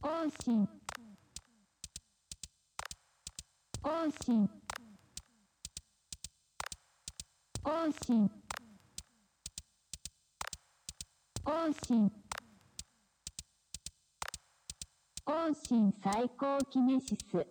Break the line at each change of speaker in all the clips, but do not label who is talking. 更新更新更新更新更新最高キネシス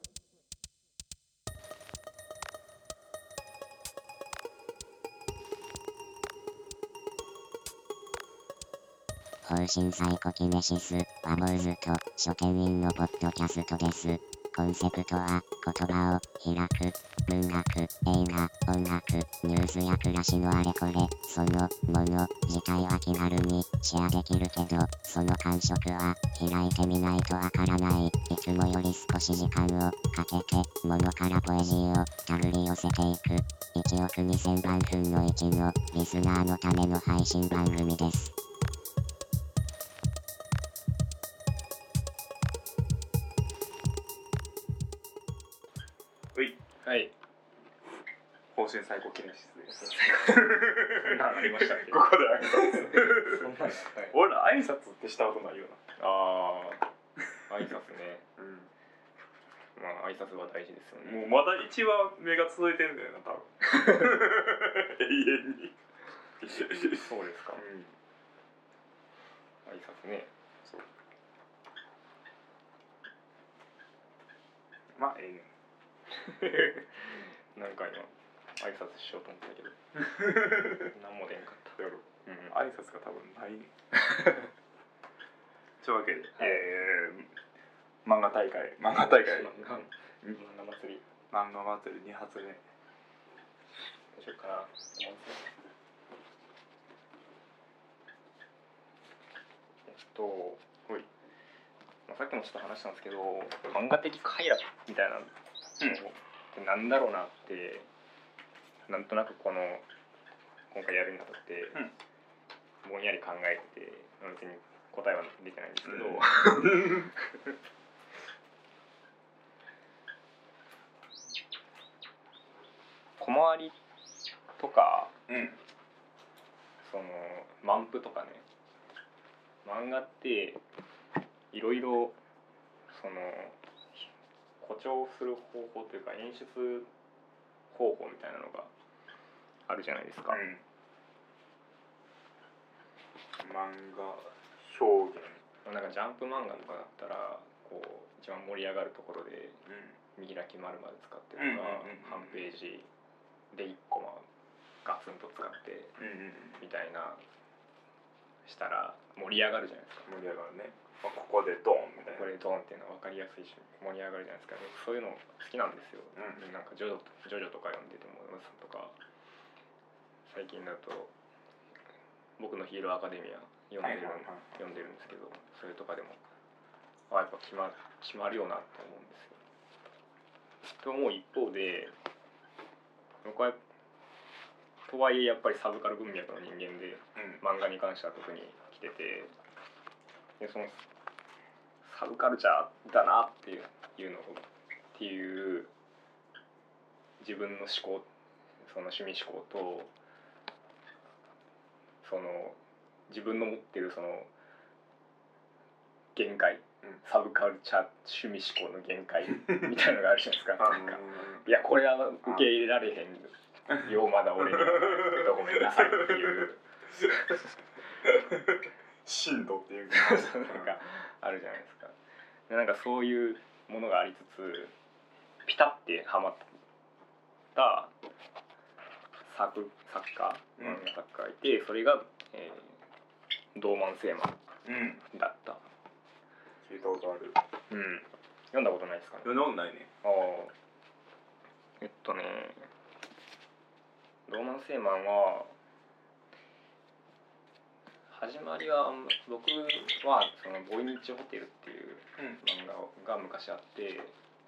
更新サイコキネシス、ワモーズと書店員のポッドキャストです。コンセプトは、言葉を開く、文学、映画、音楽、ニュースや暮らしのあれこれ、そのもの自体は気軽にシェアできるけど、その感触は開いてみないとわからない。いつもより少し時間をかけて、ものからポエジーをたぐり寄せていく。1億2000万分の1のリスナーのための配信番組です。
うい
はい。
方針最高記念室です
こん なのありましたっけ
ここで挨拶
そんなのはい。
俺ら挨拶ってしたことないよ
ああ、挨拶ね。
な、
まあ挨拶は大事ですよね。
もうまだ1話目が続いてんだよな多分 永遠に
そうですか。挨拶ね。
そうまあええね
なんか今挨拶しようと思ったけど、何も出んかった。
やろ
うん。
挨拶が多分 ないねというわけで、えー、漫画大会漫画大会
漫画漫画祭り。
漫画祭り2発目
どうしようかな。思ってえっと、
ほい
まあ、さっきもちょっと話したんですけど、漫画的快楽みたいなのってなんだろうなって、なんとなくこの今回やるにあたって、ぼんやり考えてて、別に答えは出てないんですけど、
うん
小回りとか、
うん
その漫譜とかね漫画っていろいろその誇張する方法というか演出方法みたいなのがあるじゃないです
う
か、
ん、漫画表現、
なんかジャンプ漫画とかだったらこう一番盛り上がるところで見開き丸々使ってと
う
か、
んうんうんうん
半ページで1コマガツンと使って
うんうんうん、
みたいなしたら盛り上がるじゃないですか
盛り上がるね、まあ、ここでドンみたいな
これドンっていうのは分かりやすいし盛り上がるじゃないですか、そういうの好きなんですよ、
う
なんかジョジョと「ジョジョ」とか読んでても「ムスとか最近だと僕の「ヒーローアカデミア」読んでる、
はいはいはい
読んでるんですけどそれとかでもあやっぱ決ま決まるよなと思うんですよ。と思う一方で僕はとはいえやっぱりサブカル文脈の人間で
うん
漫画に関しては特に来ててでそのサブカルチャーだなっていういうのをっていう自分の思考その趣味思考とその自分の持ってるその限界、
うん
サブカルチャー趣味思考の限界みたいのがあるじゃないですか
あ
なんかいやこれは受け入れられへんよまだ俺にはごめんなさいっていう。
震度っていうか
なんかあるじゃないですかでなんかそういうものがありつつピタッてハマった作作家
うん
漫画作家がいてそれが、えー、ドーマン・セーマ
うん
ンだった、
聞いたことある
うん、読んだことないですかね
読んだことないね
ああえっとねローマン・セーマンは始まりはあんま僕はその「ボイニッチホテル」っていう
うん
漫画が昔あって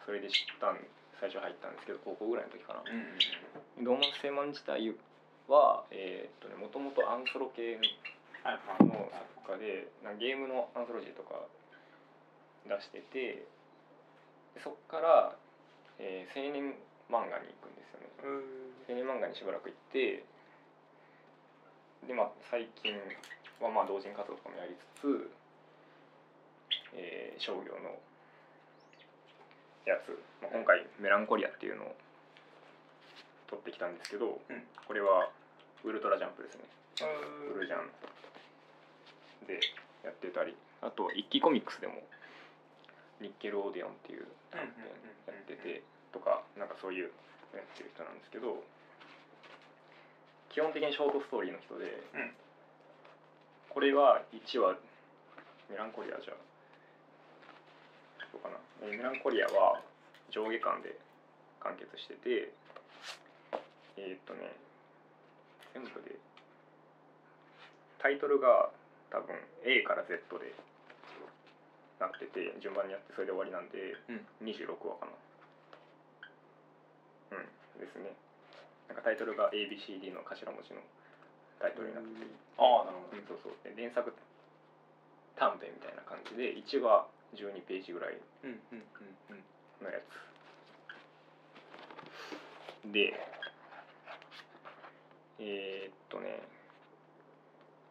それで知ったん最初入ったんですけど高校ぐらいの時かな
うん
ドーマン・セーマン自体はえーっとねもともとアンソロ系
はいはい
の作家でなんかゲームのアンソロジーとか出しててでそっから、えー青年漫画に行くんですよね青年漫画にしばらく行ってでまあ最近はまあ同人活動とかもやりつつ、えー商業のやつ、まあ、今回「メランコリア」っていうのを取ってきたんですけど、
うん
これはウルトラジャンプですねウル
う
ジャンでやってたりあと一気コミックスでもニッケルオーディオンっていう短編やっててとかなんかそういうのやってる人なんですけど基本的にショートストーリーの人で、
うん
これは1話メランコリアじゃどうかなえーメランコリアは上下巻で完結しててえーっとね全部でタイトルが多分 A から Z でなってて順番にやってそれで終わりなんで、26話かなうんですねなんかタイトルが ABCD の頭文字のタイトルになってて
ああなるほど
うんそうそうで連作短編みたいな感じで1話12ページぐらい
うんうんうんうん
のやつでえーっとね、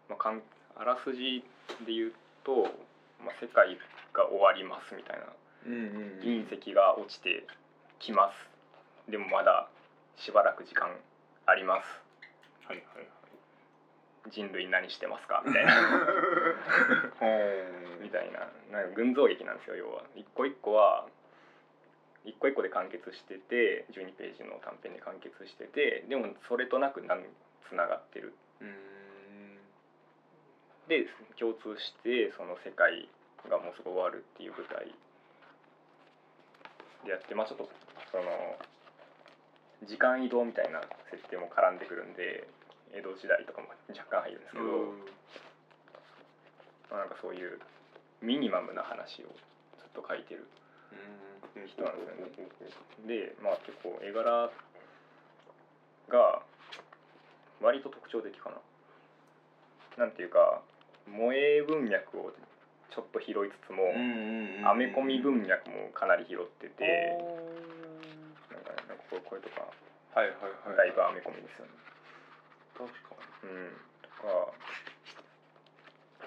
まあ、かんあらすじで言うと、まあ、世界が終わりますみたいな
うんうん
隕石が落ちてきますでもまだしばらく時間あります
はいはい
人類何してますかみたいなみたいななんか群像劇なんですよ要は一個一個は一個一個で完結してて12ページの短編で完結しててでもそれとなくなんつながってる
うん
で共通してその世界がもうすぐ終わるっていう舞台でやってまあちょっとその時間移動みたいな設定も絡んでくるんで江戸時代とかも若干入るんですけど、まあなんかそういうミニマムな話をずっと書いてる人なんですよね。でまあ結構絵柄が割と特徴的かな。なんていうか萌え文脈をちょっと拾いつつも、アメコミ文脈もかなり拾ってて、なんかねなんかこれこれとか
はいはいはい
だいぶアメコミですよね。
確か
うん、と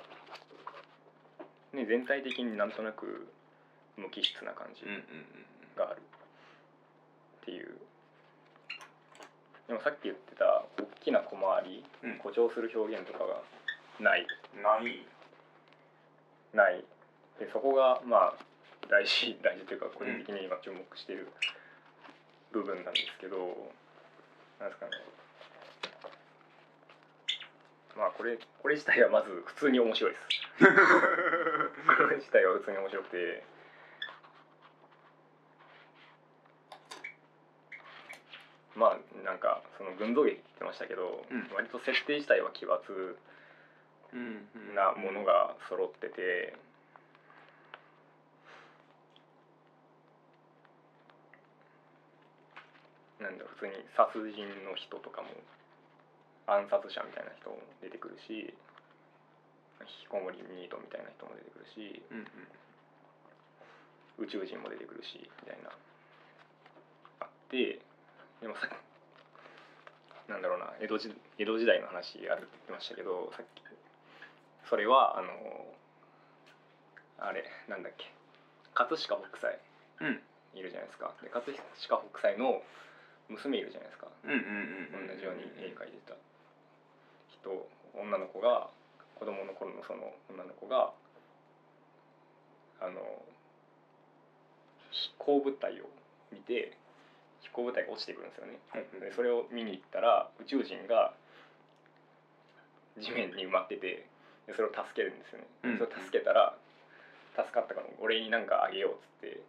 か、ね、全体的になんとなく無機質な感じ
にうんうん
があるっていうでもさっき言ってた大きな小回り、
うん
誇張する表現とかがない
うんない
ないでそこがまあ大事大事というか個人的に今注目している部分なんですけど、なんですかねまあこれこれ自体はまず普通に面白いですこれ自体は普通に面白くてまあなんかその群像劇って言ってましたけど、
うん
割と設定自体は奇抜
うん
なものが揃ってて、なんだろう普通に殺人の人とかも暗殺者みたいな人も出てくるし引きこもりニートみたいな人も出てくるし
うんうん
宇宙人も出てくるしみたいなあってでもさっきなんだろうな江戸時江戸時代の話あるって言ってましたけどさっきそれはあのあれなんだっけ葛飾北斎
うん
いるじゃないですかで葛飾北斎の娘いるじゃないですか
うん
同
うんうん
じように絵描いてた人女の子が子供の頃のその女の子があの飛行物体を見て飛行物体が落ちてくるんですよねでそれを見に行ったら宇宙人が地面に埋まっててでそれを助けるんですよね、
うん
それを助けたら助かったからお礼になんかあげようっつって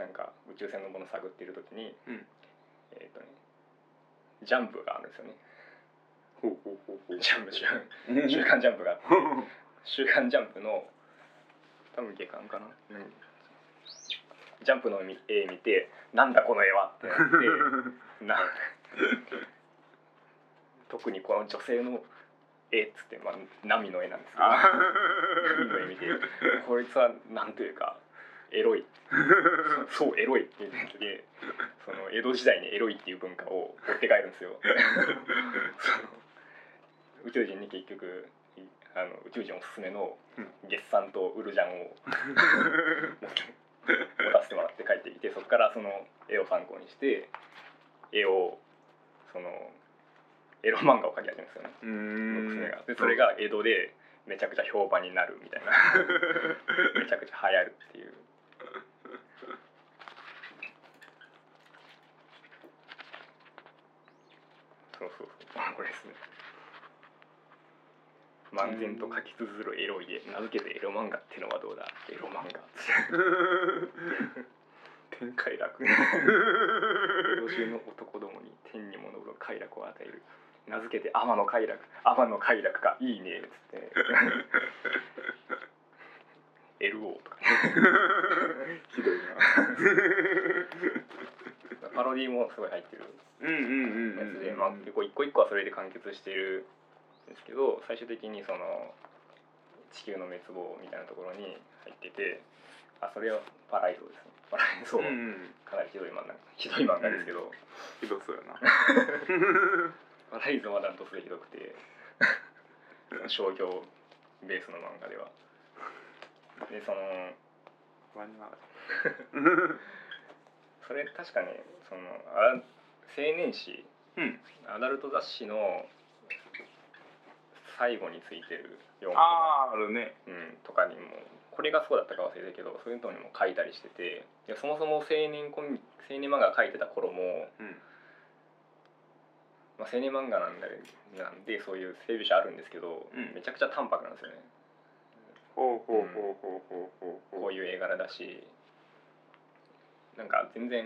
なんか宇宙船のもの探ってる時に、
うん
えっ、とねジャンプがあるんですよね
ほうほうほうほう
ジャンプ週刊週刊ジャンプがあって週刊ジャンプの多分下巻かな、ジャンプのみ絵見てなんだこの絵は ってなって。な特にこの女性の絵っつって、まあ、ナミの絵なんですけどナミの絵見てこいつはなんというか エロいそうエロいっていうやつでその江戸時代にエロいっていう文化を持って帰るんですよその宇宙人に結局いあの宇宙人おすすめの
うん
月産とウルジャンを持たせてもらって帰ってきてそこにして絵をそのエロ漫画を描き始めるんですよね
う
六
ん
船がでそれが江戸でめちゃくちゃ評判になるみたいなめちゃくちゃ流行るっていうそうそうそうこれですね漫然と書き綴るエロいで名付けてエロ漫画ってのはどうだエロ漫画天快楽老中の男どもに天に物を快楽を与える名付けて天の快楽天の快楽がいいねっつって LO とか
ひどい
ねパロディーもすごい入ってる
なうんうんう
や
ん
つで、まあ、結構一個一個はそれで完結してるんですけど最終的にその地球の滅亡みたいなところに入っててあそれはパライゾですねパライゾ
うんうん
かなりひどい漫画ひどい漫画ですけど、
ひどそうやな
パライゾはダントツでひどくて商業ベースの漫画ではでその
不安になる
それ確かねそのあ青年誌
うん
アダルト雑誌の最後についてる4コマ、
あーあるね
うん、とかにもこれがそうだったか忘れたけどそういうのにも書いたりしてていやそもそも青年コミ青年漫画書いてた頃も、
うん
まあ、青年漫画なんだなんでそういう性描写あるんですけど、
うん
めちゃくちゃ淡白なんですよね
ほうほうほうほうほうほう
こういう絵柄だしなんか全然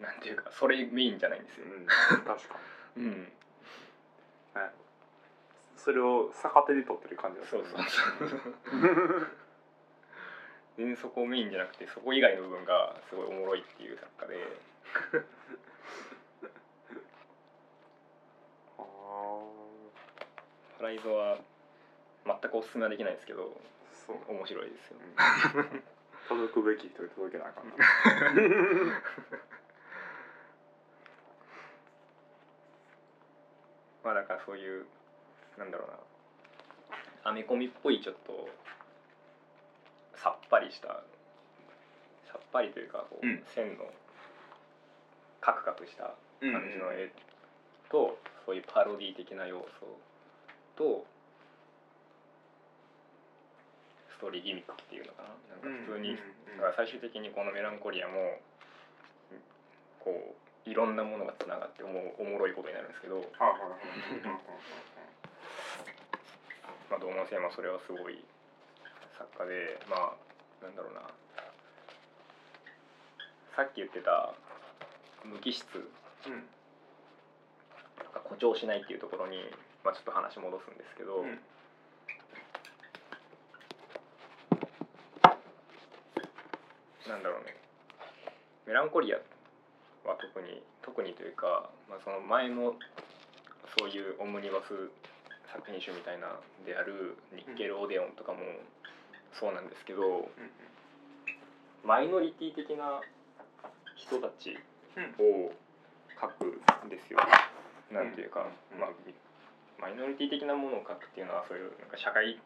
なんていうかそれメインじゃないんですよ、
うん確かに
うん、
それを逆手に取ってる感じだった
そう
ね
そうそう全然そこメインじゃなくてそこ以外の部分がすごいおもろいっていう作家で
あー
「パライゾ」は全くおすすめはできないですけど
そうね
面白いですよ
届くべき人に届けなあかんな
まあだからそういうなんだろうなアメコミっぽいちょっとさっぱりしたさっぱりというかこう、
うん
線のカクカクした
うん
感じの絵とそういうパロディ的な要素とストーリーギミックっていうのかななんか普通
うんう
に
んうん
だから最終的にこの「メランコリアも」こういろんなものがつながっておもおもろいことになるんですけど、
はいはいはいはいはい
まあ、道門生もそれはすごい作家でまあなんだろうなさっき言ってた無機質
うん
なんか誇張しないっていうところに、まあ、ちょっと話戻すんですけど、
うん
なんだろうねメランコリアは特に特にというか、まあ、その前のそういうオムニバス作品集みたいなであるニッケル・オデオンとかもそうなんですけど、マイノリティ的な人たちを書くんですよ。なんていうか、
うん
まあ、マイノリティ的なものを書くっていうのはそういうなんか社会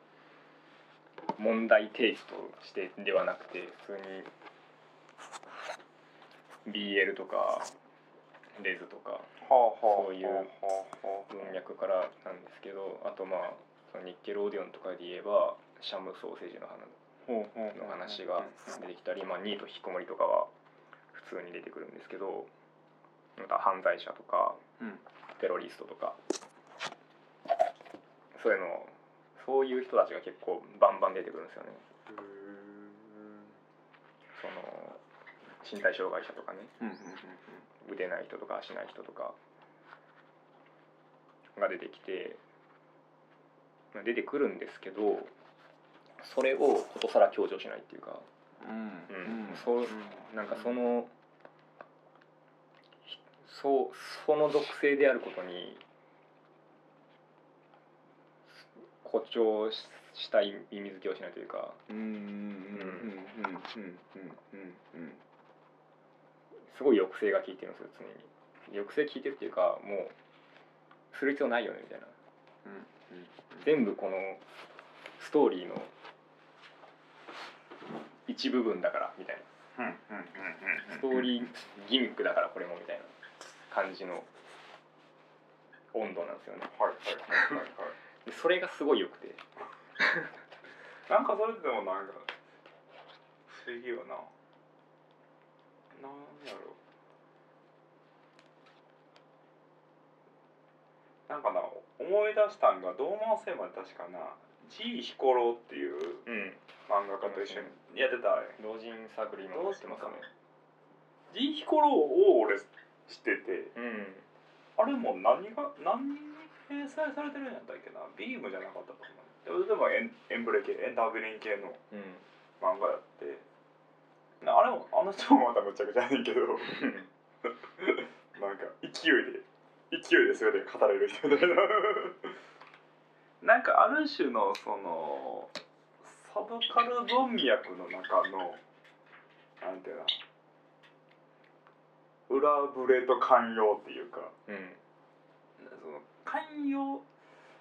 問題提起としてではなくて普通に BL とかレズとか
はあはあ
そういう
はあはあ
文脈からなんですけどあとまあそのニッケルオデオンとかで言えばシャムソーセージの花
ほうほう
の話が出てきたり、まあ、ニート引きこもりとかは普通に出てくるんですけどまた犯罪者とか
うん
テロリストとかそういうのそういう人たちが結構バンバン出てくるんですよねその身体障害者とかね
うんうん
腕ない人とか足ない人とかが出てきてまあ出てくるんですけどそれをことさら強調しないっていうか
うん
うんそうなんかそのひそうその属性であることに誇張ししたい意味付けをしないというか
うんうんうんうんうんうんうん
すごい抑制が効いてるんですよ常に抑制効いてるっていうかもうする必要ないよねみたいな全部このストーリーの一部分だからみたいな
うんうん
ストーリーギミックだからこれもみたいな感じの温度なんですよね
はいはいはいはいはい
でそれがすごい良くて
なんかそれでもなんか不思議よな。なんやろなんかな思い出したんが「どう回せば確かな G 彦郎っていう
うん
漫画家と一緒にやってた
老人サークル今やってますね
G 彦郎を俺知ってて
うん
あれもう何が何に掲載されてるんやったっけなビームじゃなかったと思うでもエンエンブレ系エンターブレイン系の
うん
漫画やってなあれもあの人もまたむちゃくちゃやねんけどなんか勢いで勢いで全てが語れる人みたいななんかある種のそのサブカル文脈の中のなんていうな裏ぶれと寛容っていうか
うん
その寛容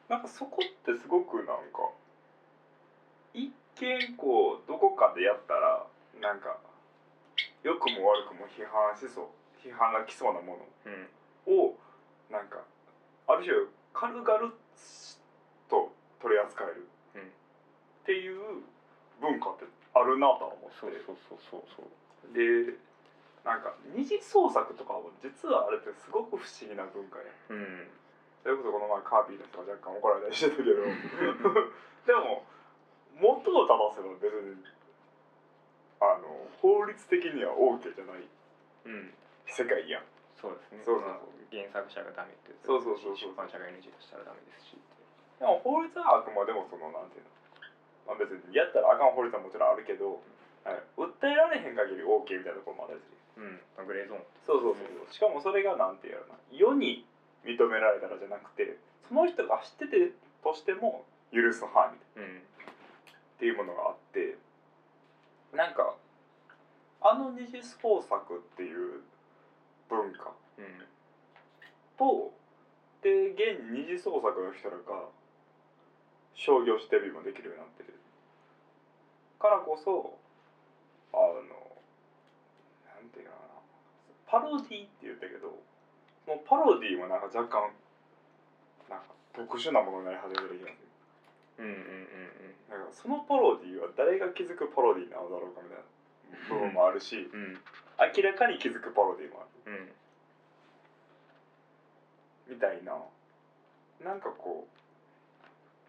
なんかそこってすごくなんか一見こうどこかでやったらなんか良くも悪くも批判しそう批判が来そうなも
うん
のをなんかある種軽々と取り扱える
うん
っていう文化ってあるなとは思
そう
って
そうそうそうそう
でなんか二次創作とかも実はあれってすごく不思議な文化や
うん
それこそこの前カービィの人が若干怒られたりしてたけどでも元を正せば別にあの法律的には OK じゃない
うん
世界やん
そうですね
そうそうそう
まあ原作者がダメってやつ
そうそうそうそう
出版社が NG としたらダメですしって
でも法律はあくまでもそのなんていうの、まあ、別にやったらあかん法律はもちろんあるけどはい訴えられへん限り OK みたいなところもあったりする
うんグレーゾーン
そうそうそうそうしかもそれがなんていうの世に認められたらじゃなくてその人が知っててとしても許す範囲
うん
っていうものがあってなんかあの二次創作っていう文化
うん
とで現二次創作の人らが商業してデビューもできるようになってるからこそあのなんていうのかなパロディって言ったけどそのパロディもなんか若干なんか特殊なものになり始めてる気がする。
うんうんうん
なんかそのパロディは誰が気づくパロディなのだろうかみたいな部分もあるし
うんうん
明らかに気づくパロディもある
うん
みたいななんかこう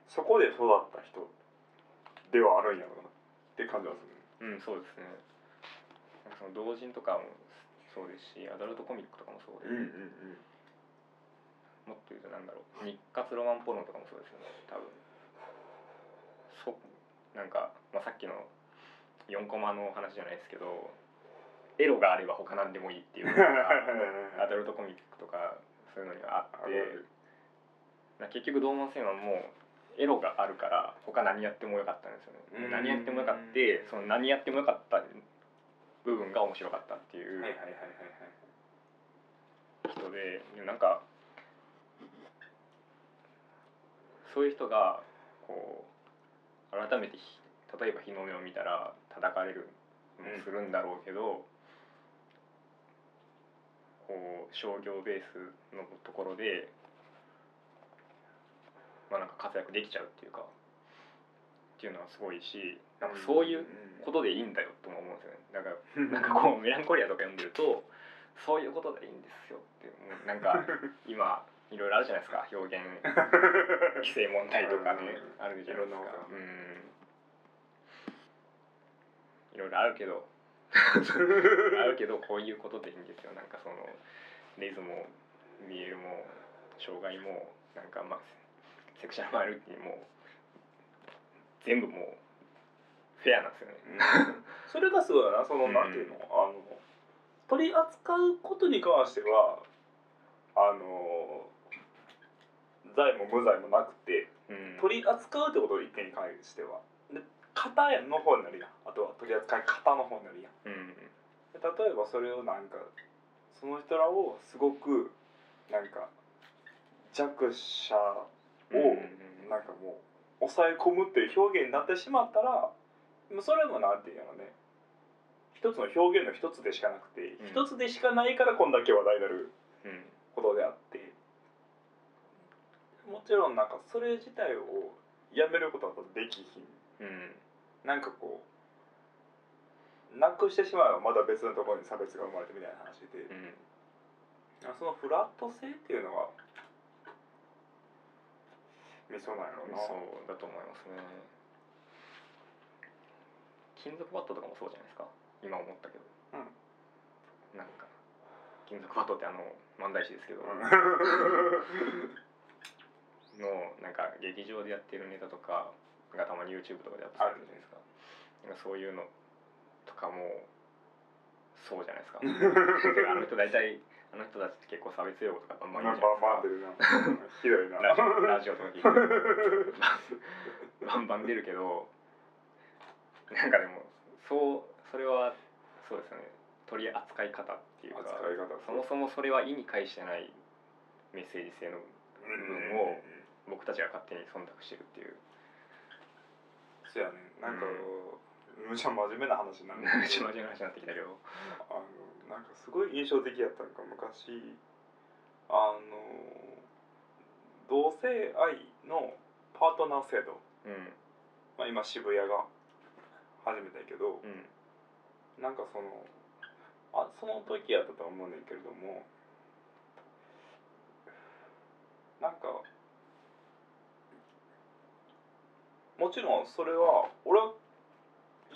そこで育った人ではあるんやろうなって感じはする
うん、そうですね。なんかその同人とかもそうですし、アダルトコミックとかもそう
う
で、
んうん
もっと言うとなんだろう、日活ロマンポルノとかもそうですよね、多分。そなんか、まあ、さっきの4コマの話じゃないですけど、エロがあれば他なんでもいいっていう のがアダルトコミックとかそういうのにはあっ
あ
て
る、
な結局、同門戦はもう、エロがあるから他何やってもよかったんですよ
う
ね。
ん
何やってもよかって、その何やってもよかった部分が面白かったっていう。
はいはいはいはいはい
人ででもなんかそういう人がこう改めてひ例えば日の目を見たら叩かれるのもするんだろうけど、こう商業ベースのところで、まあ、なんか活躍できちゃうっていうかっていうのはすごいしなんかそういうことでいいんだよとも思うんですよね。だからなんか こうメランコリアとか読んでるとそういうことでいいんですよってもうなん か今いろいろあるじゃないですか表現規制問題とかね
う
あるじゃな
いろ
いです
んなこ
か
と
うんいろいろあるけどあるけどこういうことでいいんですよなんかそのレズもミエルも障害もなんかまあセクシャルマイノリティも全部もうフェアなんですよね
それがすごいよなその
うん
なんていうの,、あの取り扱うことに関してはあの財も無罪もなくて
うん
取り扱うってことを一点に関してはで型の方になるやんあとは取り扱い方の方になるやん
うん
で例えばそれをなんかその人らをすごくなんか弱者
うんうんうん
なんかもう抑え込むっていう表現になってしまったらでもそれもなんていうのね一つの表現の一つでしかなくて
うん
一、つでしかないからこんだけ話題になる
うん
ことであってもちろんなんかそれ自体をやめることはできひん
うん
なんかこうなくしてしまえばまだ別のところに差別が生まれてみたいな話で、
うん
そのフラット性っていうのが見そうなんやろうな
そうだと思いますね金属バットとかもそうじゃないですか今思ったけど、なんか金属バットってあの漫才師ですけど、
うん
のなんか劇場でやってるネタとかがたまに YouTube とかでアップされるじゃないですかなんかそういうのとかもそうじゃない ですかてかあの人大体あの人たちって結構差別用語とかバンバン
ま
言
あ
うじゃ
まあ出るなひどいな
ないですかラジオラジオとか聞いてるバンバン出るけどなんかでもそうそれはそうですよね取り扱い方っていうか
扱い方
そもそもそれは意に介してないメッセージ性の
うんうんうん
僕たちが勝手に忖度してるっていう
そうやねなんか、むちゃ真面目な話になる
めっちゃ真面目な話になってきたけど
あのなんかすごい印象的やったのが昔あの同性愛のパートナー制度、
うん
まあ、今渋谷が始めたけど
うん
なんかそのあその時やったとは思うねんだけれどもなんかもちろんそれは俺は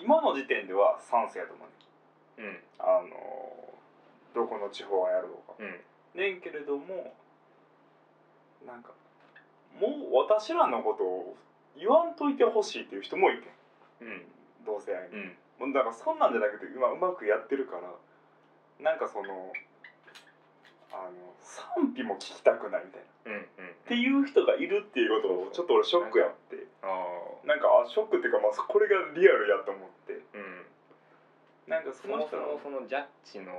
今の時点では賛成やと思うねん
うん
あのどこの地方はやろうか
うん
ねんけれどもなんかもう私らのことを言わんといてほしいっていう人もいて
うん
同性愛
う
に、もう
ん
だからそんなんじゃなくてうまうまくやってるからなんかそのあの賛否も聞きたくないみたいなっ
うんうん
ていう人がいるっていうことをちょっと俺ショックやって
ああ
なんかあショックっていうか、まあ、これがリアルやと思って
うん
なんかそ
そ
の
も
人の
そもそのジャッジの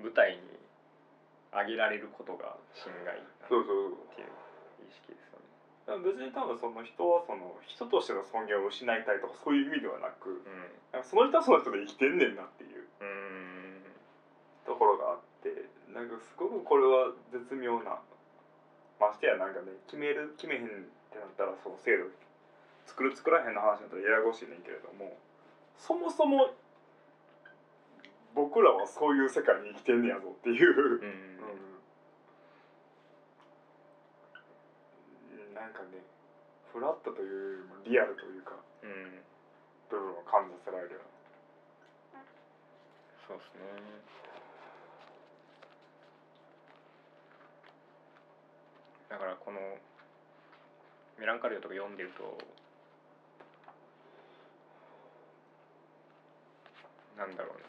舞台に上げられることが侵害な
そ
ん
うそうそう
ていう意識ですよね
でも別に多分その人はその人としての尊厳を失いたいとかそういう意味ではなくなんかその人はその人で生きてんねんなっていう
うんうん
ところがあってなんかすごくこれは絶妙なましてやなんかね決める決めへんってなったらその制度作る作らへんの話だったらややこしいねんけれどもそもそも僕らはそういう世界に生きてんねやぞっていう
うん
うんなんかねフラットというよりもリアルというか
うん
部分を感じさせられるよ
そうですねだからこの「メランカリオ」とか読んでるとなんだろうね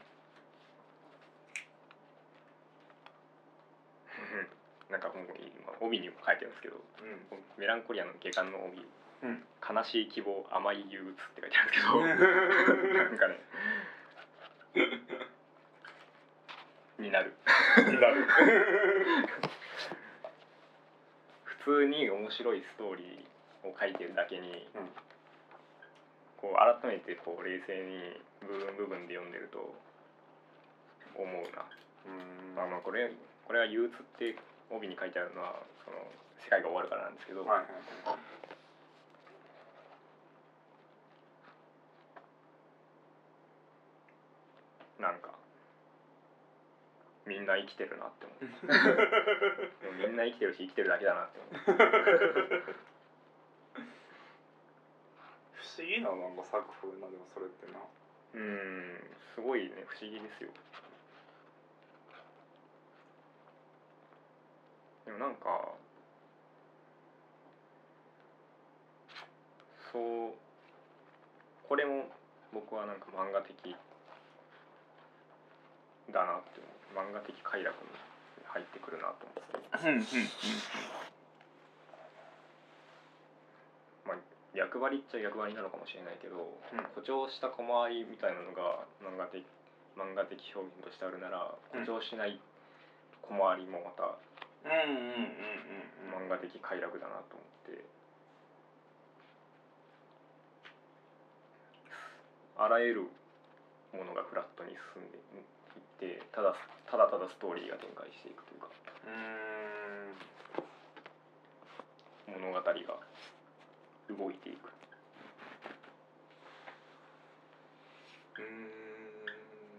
なんかもう今帯にも書いてるんですけど
う な、
メランコリアの下巻の帯、
うん
悲しい希望甘い憂鬱って書いてあるんですけどなんかねになる
うん、 になる
普通に面白いストーリーを書いてるだけに、
うん
こう改めてこう冷静に部分部分で読んでると思うな
うん
まあ、まあこれこれは憂鬱って帯に書いてあるのはその世界が終わるからなんですけど、
はいはいはい
なんかみんな生きてるなって思う でもみんな生きてるし生きてるだけだなって思う
不思議ななんか作風なでもそれってな
うーんすごいね不思議ですよでもなんかそうこれも僕はなんか漫画的だなって思う漫画的快楽に入ってくるなと思ってまあ、役割っちゃ役割なのかもしれないけど、
ん
誇張した小回りみたいなのが漫画的漫画的表現としてあるなら
うん
誇張しない小回りもまた
うんうんうんうん
漫画的快楽だなと思って、あらゆるものがフラットに進んでいってただただただストーリーが展開していくというか
うーん
物語が動いていく
うーん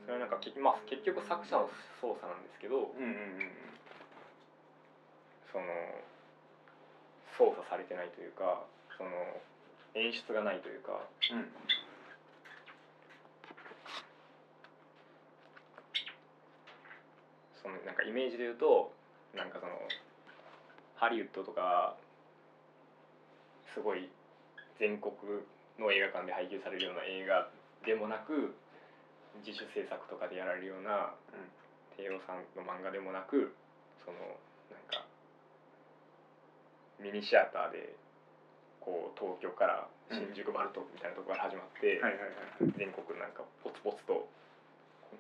それはなんか結,、まあ、結局作者の操作なんですけど
うんうんうん
その操作されてないというかその演出がないというか
うん
そのなんかイメージで言うとなんかそのハリウッドとかすごい全国の映画館で配給されるような映画でもなく自主制作とかでやられるような
うん
帝王さんの漫画でもなくそのなんかミニシアターでこう東京から新宿バルトみたいなところから始まって。
はいはいはい
全国なんかポツポツと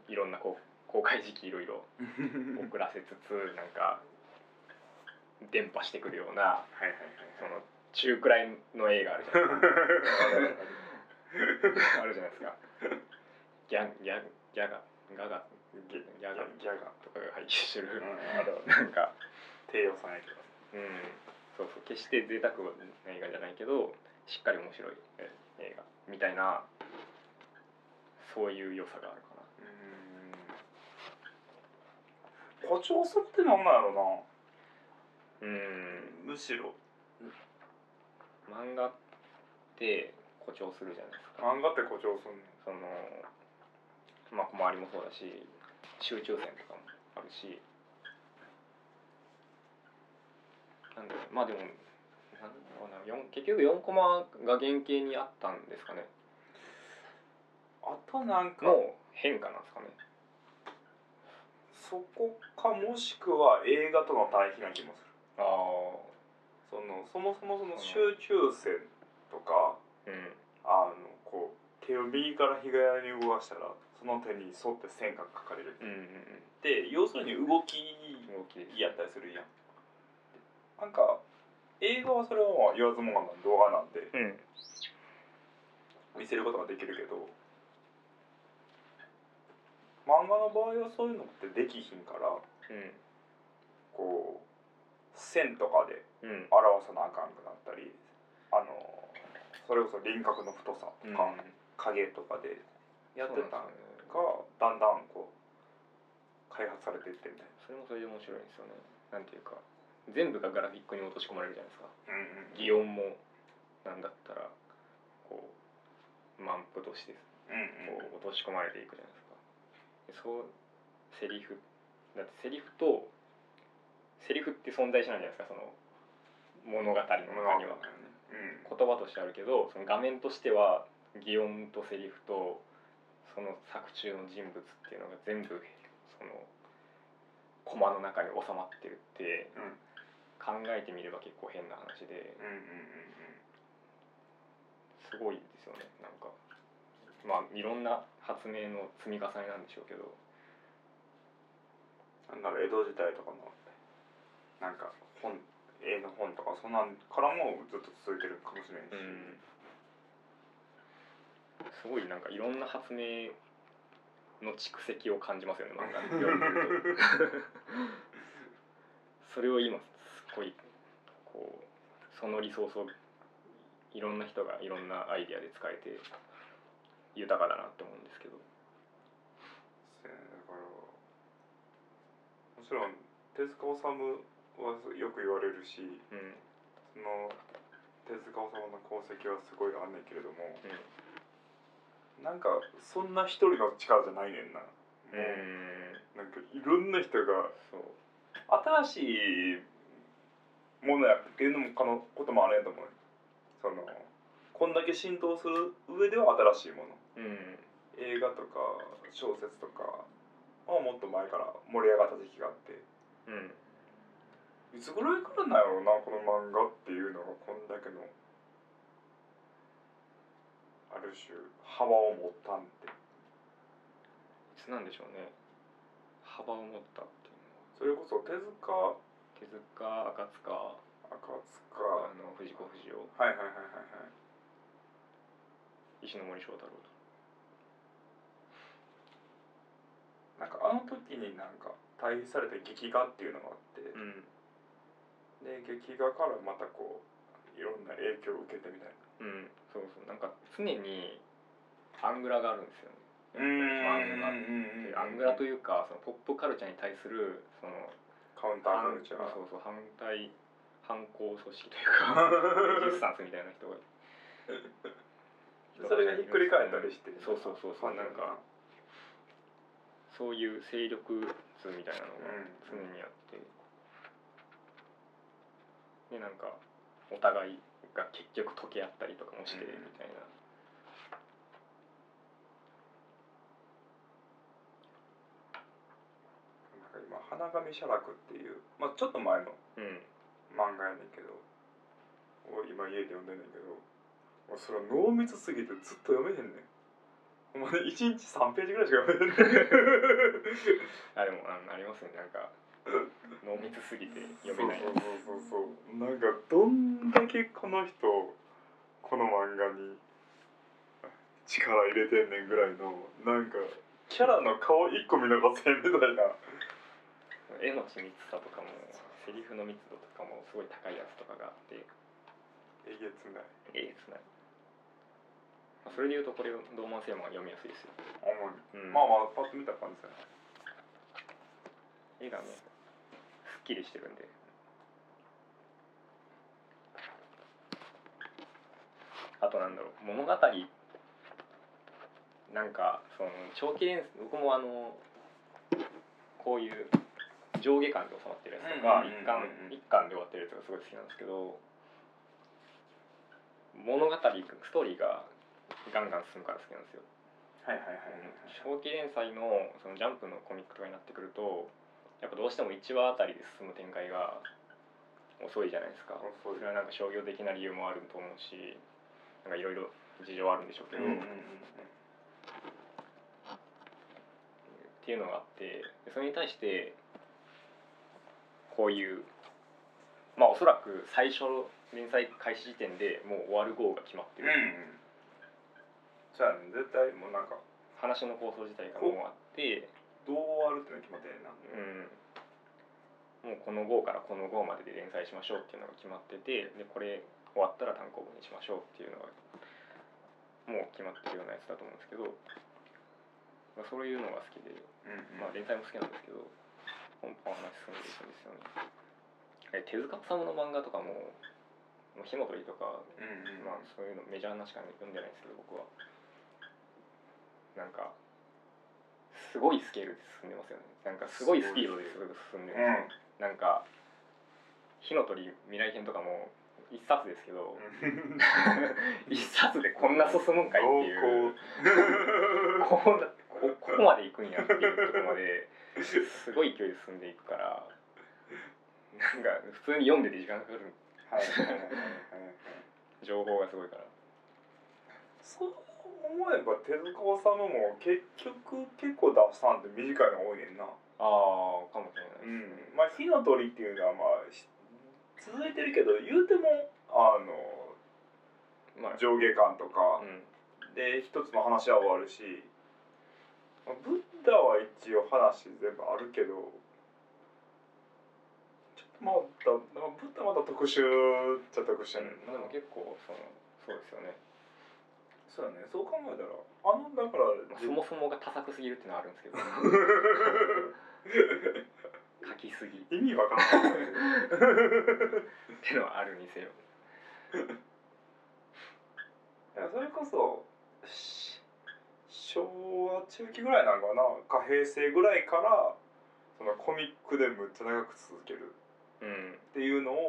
いろんなこう公開時期いろいろ遅らせつつなんか伝播してくるような
はい
その中くらいの映画あるじゃないです
はいはい
かあるじゃないですかギャギャギャガガガギャギャガ
ギャガ
とかが配給して
うん
る
あるある
なんか
低予算やけど
うんそうそう決して贅沢な映画じゃないけどしっかり面白いえ映画みたいなそういう良さがあるかな
うーん誇張さってなんなんやろ
うん
なむしろ
漫画って誇張するじゃないですか
漫画って誇張すんね
そのまあ小回りもそうだし集中線とかもあるしなんでまあでもなんだろうな四結局4コマが原型にあったんですかね
あとなんか
の変化なんですかね
そこかもしくは映画との対比な気もする
ああ
そのそもそもその集中線とか
うん
あのこう手を右から左に動かしたらその手に沿って線が描かれる
うん
で要するに動き
うん動きです
やったりするやんなんか映画はそれはまあ言わずもがな動画なんで
うん
見せることができるけど漫画の場合はそういうのってできひんから
うん
こう線とかで
うん
表さなあかんくなったりあのそれこそ輪郭の太さと
うん
か、影とかでやってたんが
そう
だんだんこう開発されていってみたい
それもそれで面白いんですよねなんていうか全部がグラフィックに落とし込まれるじゃないですか
な、うん
擬音もなんだったらこう満布として
うん
こう落とし込まれていくじゃないですかでそうセリフだってセリフとセリフって存在しないじゃないですかその物語の中
ものが
には
うん
言葉としてあるけどその画面としては擬音とセリフとその作中の人物っていうのが全部そのコマの中に収まってるって
うん
考えてみれば結構変な話で
うんうんうん
すごいですよねなんかまあいろんな発明の積み重ねなんでしょうけど
うんなんだろう江戸時代とかのなんか本絵の本とかそんなんからもずっと続いてるかもしれんし、
すごいなんかいろんな発明の蓄積を感じますよね漫画で読ん でるとそれを今すっごいこうそのリソースをいろんな人がいろんなアイディアで使えて豊かだなって思うんですけど
そうやねだからもちろん手塚治虫はよく言われるし
うんうん
その手塚治虫の功績はすごいあんねんけれどもなんかそんな一人の力じゃないねんな、も
うん
うなんかいろんな人が
そう
新しいものやっていうのも可能こともあるんやと思うよそのこんだけ浸透する上では新しいもの
うん
映画とか小説とかはもっと前から盛り上がった時期があって
うん
いつぐらいからなんやろうなこの漫画っていうのがこんだけのある種幅を持ったんで
いつなんでしょうね幅を持ったっていうのは
それこそ手塚
手塚赤塚
赤塚
あの藤子不二雄
はいはいはいはいはい
石ノ森章太郎
あの時になんか対比された劇画っていうのがあって、
うん
で劇画からまたこういろんな影響を受けてみたいな
うんそうそうなんか常にアングラがあるんですよね
う
アングラって
ん
アングラと
いう
いうかそのポップカルチャーに対するその
カウンターカルチャー
そうそう反対反抗組織というかレジスタンスみたいな人が
それがひっくり返ったりして
そうそうそうそうなんかそういう勢力図みたいなのが常にあって、でなんかお互いが結局溶け合ったりとかもしてみたいな、
なんか今「花神写楽」っていう、まあ、ちょっと前の
うん
漫画やねんけどを今家で読んでんねんけどもうそれは濃密すぎてずっと読めへんねんほんまに1日3ページぐらいしか読めへんね
あでもあのありますよねなん か濃密すぎて
ん
読めない
そうそうそうそうなんかどんだけこの人この漫画に力入れてんねんぐらいのなんかキャラの顔一個見逃せんみたいな
絵の緻密さとかもセリフの密度とかもすごい高いやつとかがあって
えげつない
ええつない、まあ、それでいうとこれ同慢性も読みやすいですよ、
主に
うん
まあまあパッと見た感じだね
絵がねすっきりしてるんであとなんだろう物語なんかその長期連僕もあのこういう上下巻で収まってるやつとか
うんうんうん
一巻
うん
一巻で終わってるやつがすごい好きなんですけど物語ストーリーがガンガン進むから好きなんですよ
はいはいはい
長期連載のそのジャンプのコミックとかになってくるとやっぱどうしても1話あたりで進む展開が遅いじゃないですか
遅い
それはなんか商業的な理由もあると思うしなんかいろいろ事情はあるんでしょうけど、っ
う
ていうのがあってでそれに対してこういうまあおそらく最初の連載開始時点でもう終わる号が決まってる、
んじゃあね絶対もうなんか
話の構想自体がもうあって
どう終わるってのは決まってないな
うん、もうこの号からこの号までで連載しましょうっていうのが決まっててでこれ終わったら単行本にしましょうっていうのがもう決まってるようなやつだと思うんですけど、まあ、そういうのが好きで、
うん
まあ、連載も好きなんですけど本編は話進んでいくんですよね。え手塚治虫の漫画とかももう火の鳥とか
うんうん
まあそういうのメジャーなしか読んでないんですけど僕はなんかすごいスケールで進んでますよねなんかすごいスピードですごい進んでます、なんか火の鳥未来編とかも一冊ですけど、
うん
一冊でこんな進むんかいっていう
濃厚
こんなこここまで行くんやっていうところまですごい勢いで進んでいくからなんか普通に読んでて時間かかる
はいはいはいはい
情報がすごいから
そう思えば手塚治虫も結局結構出したんって短いの多いねんな
ああかもしれないですね、
まあ火の鳥っていうのはまあし続いてるけど言うてもあの
まあ
上下感とか
うん
で一つの話は終わるしまあブッダは一応話全部あるけどちょっとまたなんかブッダまた特殊っちゃ特殊やねん
まあ、でも結構そのそうですよね、
そうだねそう考えたらあのだから
まあ、そもそもが多作すぎるっていうのはあるんですけど 書きすぎっ
意味わから ない
ていうのはあるにせよ
いやそれこそし昭和中期ぐらいなんかなか平成ぐらいからそのコミックでむっちゃ長く続ける
うん
っていうのを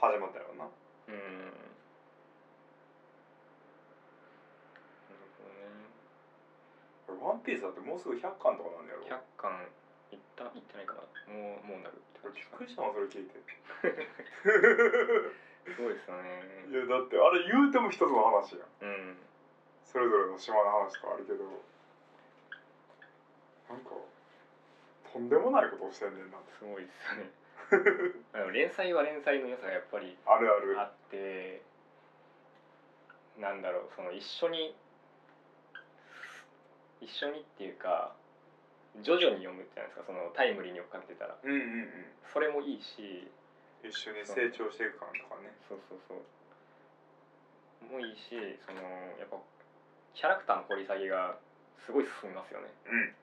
始まったよな
うんなるほ
ワンピースだってもうすぐ100巻とかなんだやろ
どね100巻いったいってないかなもうもうなるって
俺
感
びっ
じか
くりしたもんそれ聞いて
すごいですよ
い
ね
やだってあれ言うても一つの話やん
うん
それぞれの島の話とかあるけどなんかとんでもないことをしてんねんなって
すごいですよね あの連載は連載の良さがやっぱり
あるある
あってなんだろうその一緒に一緒にっていうか徐々に読むってないですかそのタイムリーに追っかけてたら
うんうんうん
それもいいし
一緒に成長していく感とかね
そうそうそうもいいしそのやっぱキャラクターの掘り下げがすごい進みますよね
うん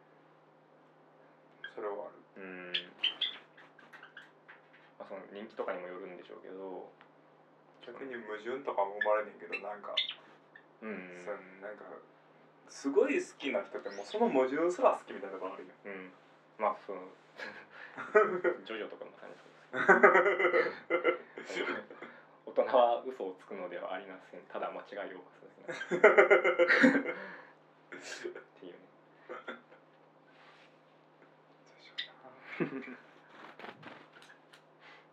それはある
うん、まあ、その人気とかにもよるんでしょうけど
逆に矛盾とかも生まれねんけどなんか、
うん
そのなんかすごい好きな人ってもうその矛盾すら好きみたいなとこあるよ
うん まあそのジョジョとかまさにそうですけど 大人は嘘をつくのではありませんただ間違いを犯すだけっていうね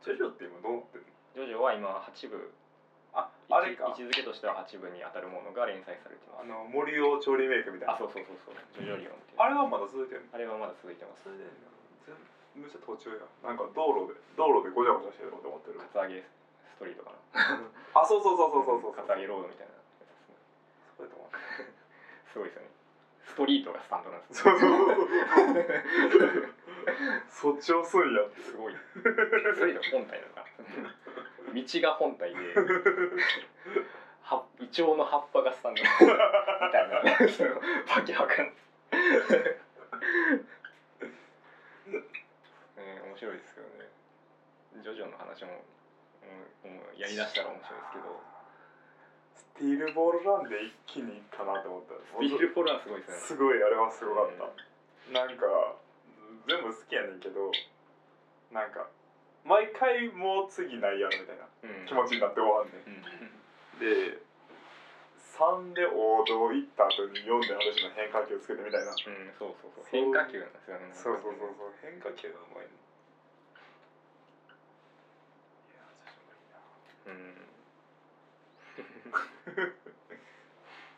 ジョジョって今どうなってんの
ジョジョは今8部
あ
位
あれ
置
か
位置づけとしては8部に当たるものが連載されてま
あ
す
の森を調理メイクみたいな
あそうそうそうそうジョジョリオンっていう
あれはまだ続いてるの
あれはまだ続いてます
それで全部むっちゃ途中やなんか道路で道路でごちゃごちゃしてること思ってる
カツアゲストリートかな
あそうそうそうそうそうそう
カツアゲロードみたいなやつで
そ
すね
うやと思う
すごいですよねストリートがスタンドなんです
そ
よ
うそうそうそっちをすんや
すごいストリートが本体なのかな道が本体ではイチョウの葉っぱがスタンドみたいな そのわけわかんないね面白いですよねジョジョの話も、うん、もうやりだしたら面白いですけど
スティールボールランで一気にいったなと思った
ビールフォルはすごいですよね
すごいあれはすごかった、
う、
なんか全部好きやねんけどなんか毎回もう次ないやろみたいなん
うん
気持ちになって終わんねん
う
で3で王道行った後に4である種の変化球つけてみたいな、
ん、うん、そうそうそう変化球なんですよね
そうそうそうそう変化球がうまいねいやちょっと無理な
う、うん、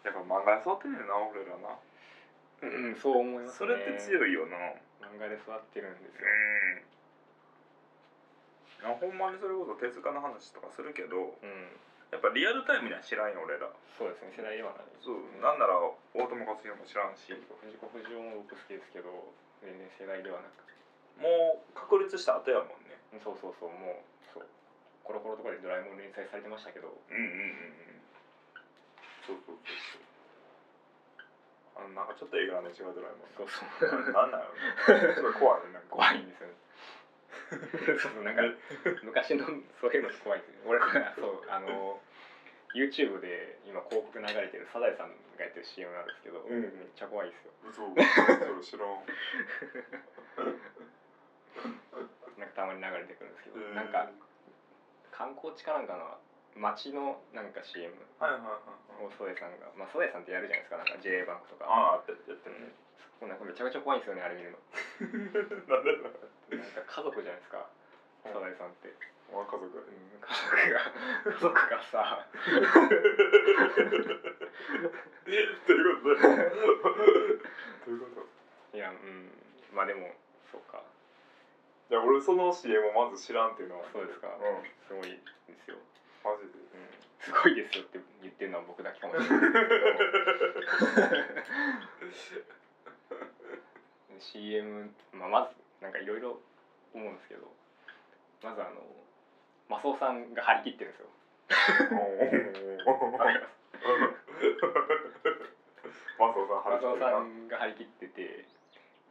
やっぱ漫画育てねえな俺らな、
うん、そう思います
そ
ね
れって強いよな
漫画で育ってるんですよ
うんあほんまにそれこそ手塚の話とかするけど
うん
やっぱリアルタイムには知らんよ俺ら
そうですね世代ではない
そう
うん
なんなら大友克洋も知らんし
藤子不二雄も僕好きですけど全然世代ではなく
もう確立した後やもんね
うんそうそうそうもうそうコロコロとかでドラえもん連載されてましたけど
うんうんうんうんそうそうそうそうあのなんかちょっと映画の違うドラえもん
そうそう
なんなんやろねすごい怖いねなんか
怖いん ですよねそうそうなんか昔のそういうの怖いですね俺これそうあの YouTube で今広告流れてるサザエさんがやってる CM なんですけど、
うん
めっちゃ怖いですよ
嘘それ知らん
なんかたまに流れてくるんですけど、
うん
なんか観光地かなんかの街のなんか CM
はいはいはいはい
をソエさんがまあソエさんってやるじゃないですかなんか JA バンクとか
ああってやって
うん
るね
そうなんかめちゃめちゃ怖いんですよねあれ見るの
なんでなん
なんか家族じゃないですか
う
サ
ん
ザエさんって、
俺家族や
う
ね
ん、家族が家族がさ
ということでということ
いやうんまあでもそうか
いや俺その CM をまず知らんっていうのは
そうですか
うん
すごいですよ、う
マジで
ん、すごいですよって言ってるのは僕だけかもしれない ですけど CM、まあ、まずなんかいろいろ思うんですけどまずあのマスオさんが張り切ってるんですよわかります
マスオさん
マ
話
スオ
してる
さ
なん
が張り切ってて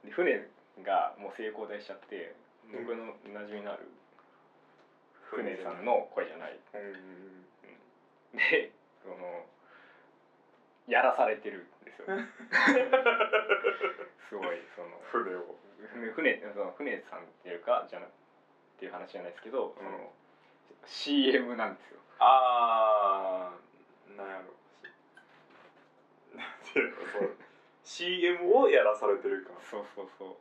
で船がもう成功台しちゃって僕の馴染みのある船さんの声じゃない
うん
でそのやらされてるんですよすごいその
船を
船船その船さんっていうかじゃなっていう話じゃないですけど、その CM なんですよ
あーなんやろなんていうのそう CM をやらされてるか
そうそうそう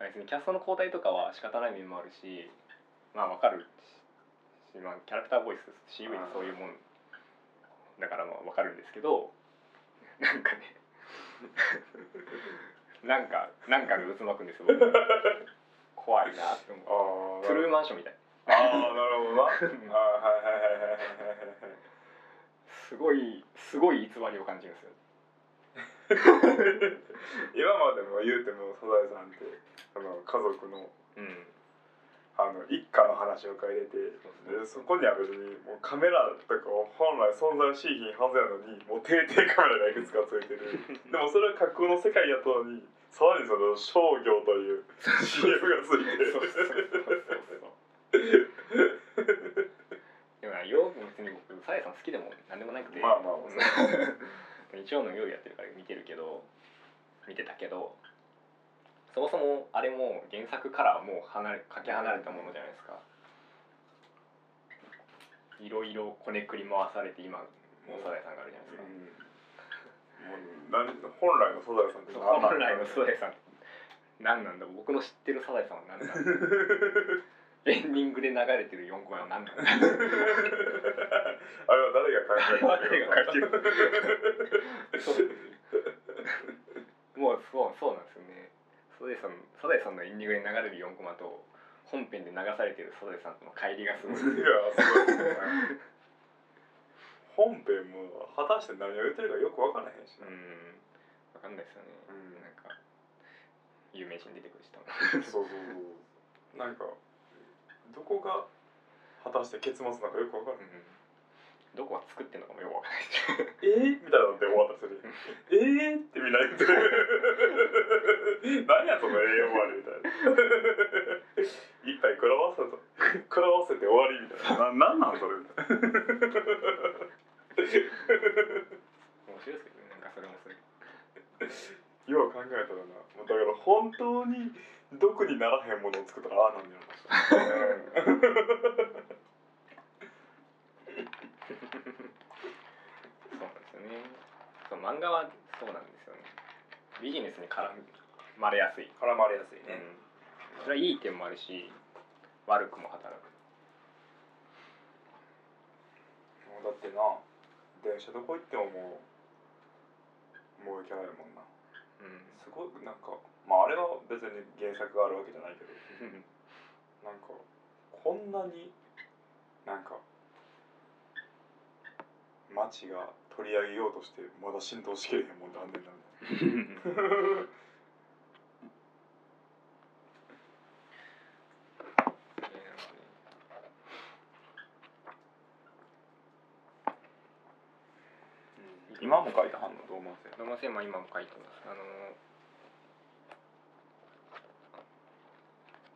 別にキャストの交代とかは仕方ない面もあるしまあわかるし、まあ、キャラクターボイス CV ってそういうもんだからまあわかるんですけどなんかね なんかなんかが渦巻くんですよ僕怖いなって思う
あー
トゥルーマンションみたい
あーなるほどなあーはいはいはいはいはいはい
すごいすごい偽りを感じるんですよ
今までも言うてもサザエさんってあの家族の
うん
あの一家の話を変えれてでそこには別にもうカメラとか本来存在しひんはずやのにもう定点カメラがいくつかついて るでもそれは架空の世界やったのにさらにその商業という CF がついてる
そうそう でもなよう別に僕サヤさん好きでもなんでもなくて、
まあまあまあ
日曜の夜やってるから見てるけど見てたけどそもそもあれも原作からはもう離れかけ離れたものじゃないですかいろいろこねくり回されて今もうサザエさんがあるじゃないです
う
か、
んもう何本来のサザエさんって何
本
な
来
んだ
のサ ザエさんって何なんだ僕の知ってるサザエさんは何なんだエンディングで流れてる4コマは何なんだ
あれは誰が考えたの
誰が書いてるもうそうそうなんですよねサザエさんサザエさんのエンディングで流れる4コマと本編で流されてるサザエさんとの乖離がすごい
いやすごいね本編も果たして何を言ってるかよく分からへんし
う
な、
んわかんないですよね、
うん
なんか有名人出てくるし多分
そうそうそうなんかどこが果たして結末なのかよく分からへん
どこが作ってんのかもよくわかんないし
えー、みたいなので終わったそれえーってみんな言ってる何やその栄養終わりみたいな一杯食らわせた食らわせて終わりみたいなななんなんそれみたいな
面 白いですけどねなんかそれもそれ
よう考えたらなもうだから本当に毒にならへんものを作ったらああなんやろな
そうなんですよねそう漫画はそうなんですよねビジネスに絡まれやすい、
絡まれやすい
うん、それはいい点もあるし悪くも働く
もうだってな電車どこ行ってももうもう行けないもんな
う
すごいなんかまああれは別に原作があるわけじゃないけど
ん
なんかこんなになんか街が取り上げようとしてまだ浸透しきれへんもんなんでなんだ
今も書いてはんの
どう思わせ
野間専務は今も書いてますあのー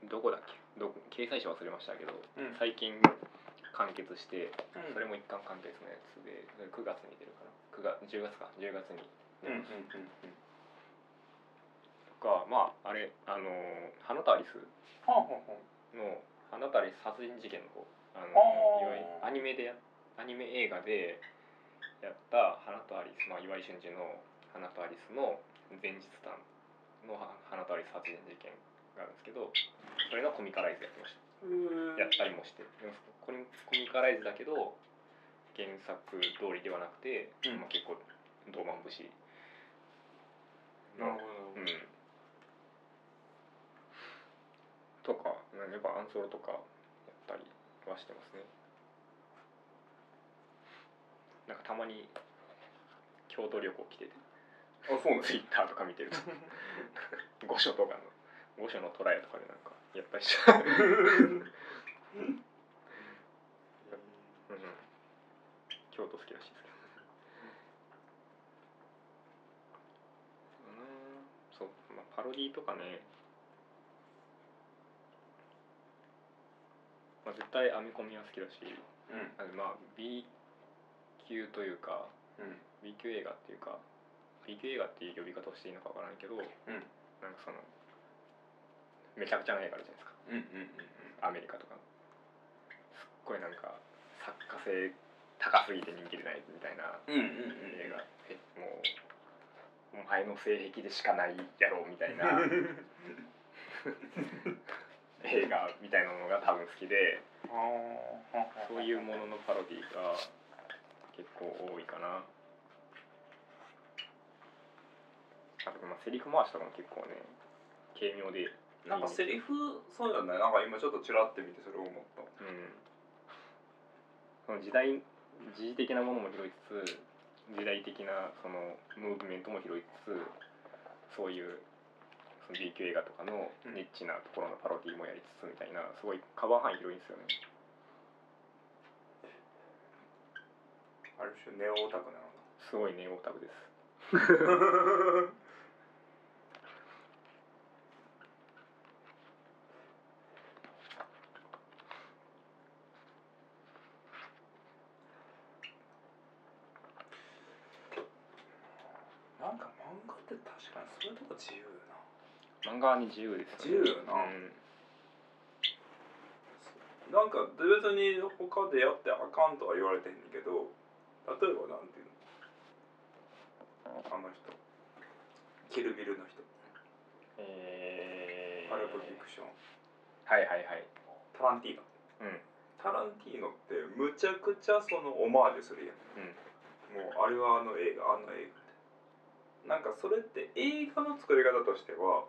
どこだっけど掲載者忘れましたけど、
うん
最近完結して
うん
それも一巻完結のやつでそれ9月に出るかな9月10月か10月に
うんうんうん
とかまああれあのー花タリス
はんはんはん
の花タリス殺人事件の方あの
あー
岩井アニメでやアニメ映画でやった花とアリス、まあ、岩井俊二の花とアリスの前日談のは花とアリス殺人事件があるんですけどそれのコミカライズやってましたやったりもしてでもコミコミカライズだけど原作通りではなくて、
うん
まあ、結構道満節
なる
の
ほど
うん、とかやっぱアンソロとかやったりはしてますねなんかたまに京都旅行来て て
あそうなん
ツイッターとか見てると御所とかの御所のトライとかでなんかやったりしてうん京都好きらしいですけど うんそう、まあ、パロディとかね、まあ、絶対編み込みは好きだし
うん
あのまあ B 級というか
うん
B 級映画っていうか B 級映画っていう呼び方をしていいのかわからないけど、なんかそのめちゃくちゃな映画あるじゃないです
う
か
んうんうん
アメリカとかのすっごいなんか作家性高すぎて人気出ないみたいな
うんうんうん
映画えもうお前の性癖でしかないやろみたいな映画みたいなのが多分好きで
あーはんはんはん
そういうもののパロディが結構多いかなあとまあセリフ回しとかも結構ね軽妙で
なんかセリフそうじゃないなんか今ちょっとチラって見てそれを思った
うんその時代時事的なものも拾いつつ時代的なそのムーブメントも拾いつつそういうその B 級映画とかの
うん
ニッチなところのパロディもやりつつみたいなすごいカバー範囲広いんですよね
ある種ネオオタクなのか
すごいネオタブです
なんか漫画って確かにそういうとこ自由な
漫画に自由ですよ
自
ね
由よな
うん
なんか別に他でやってあかんとは言われてんねんけど例えばなんていうのあの人キルビルの人
えー、
パルプフィクション
はいはいはい
タランティーノ
うん
タランティーノってむちゃくちゃそのオマージュするやん
う
も
ん
うあれはあの映画あの映画なんかそれって映画の作り方としては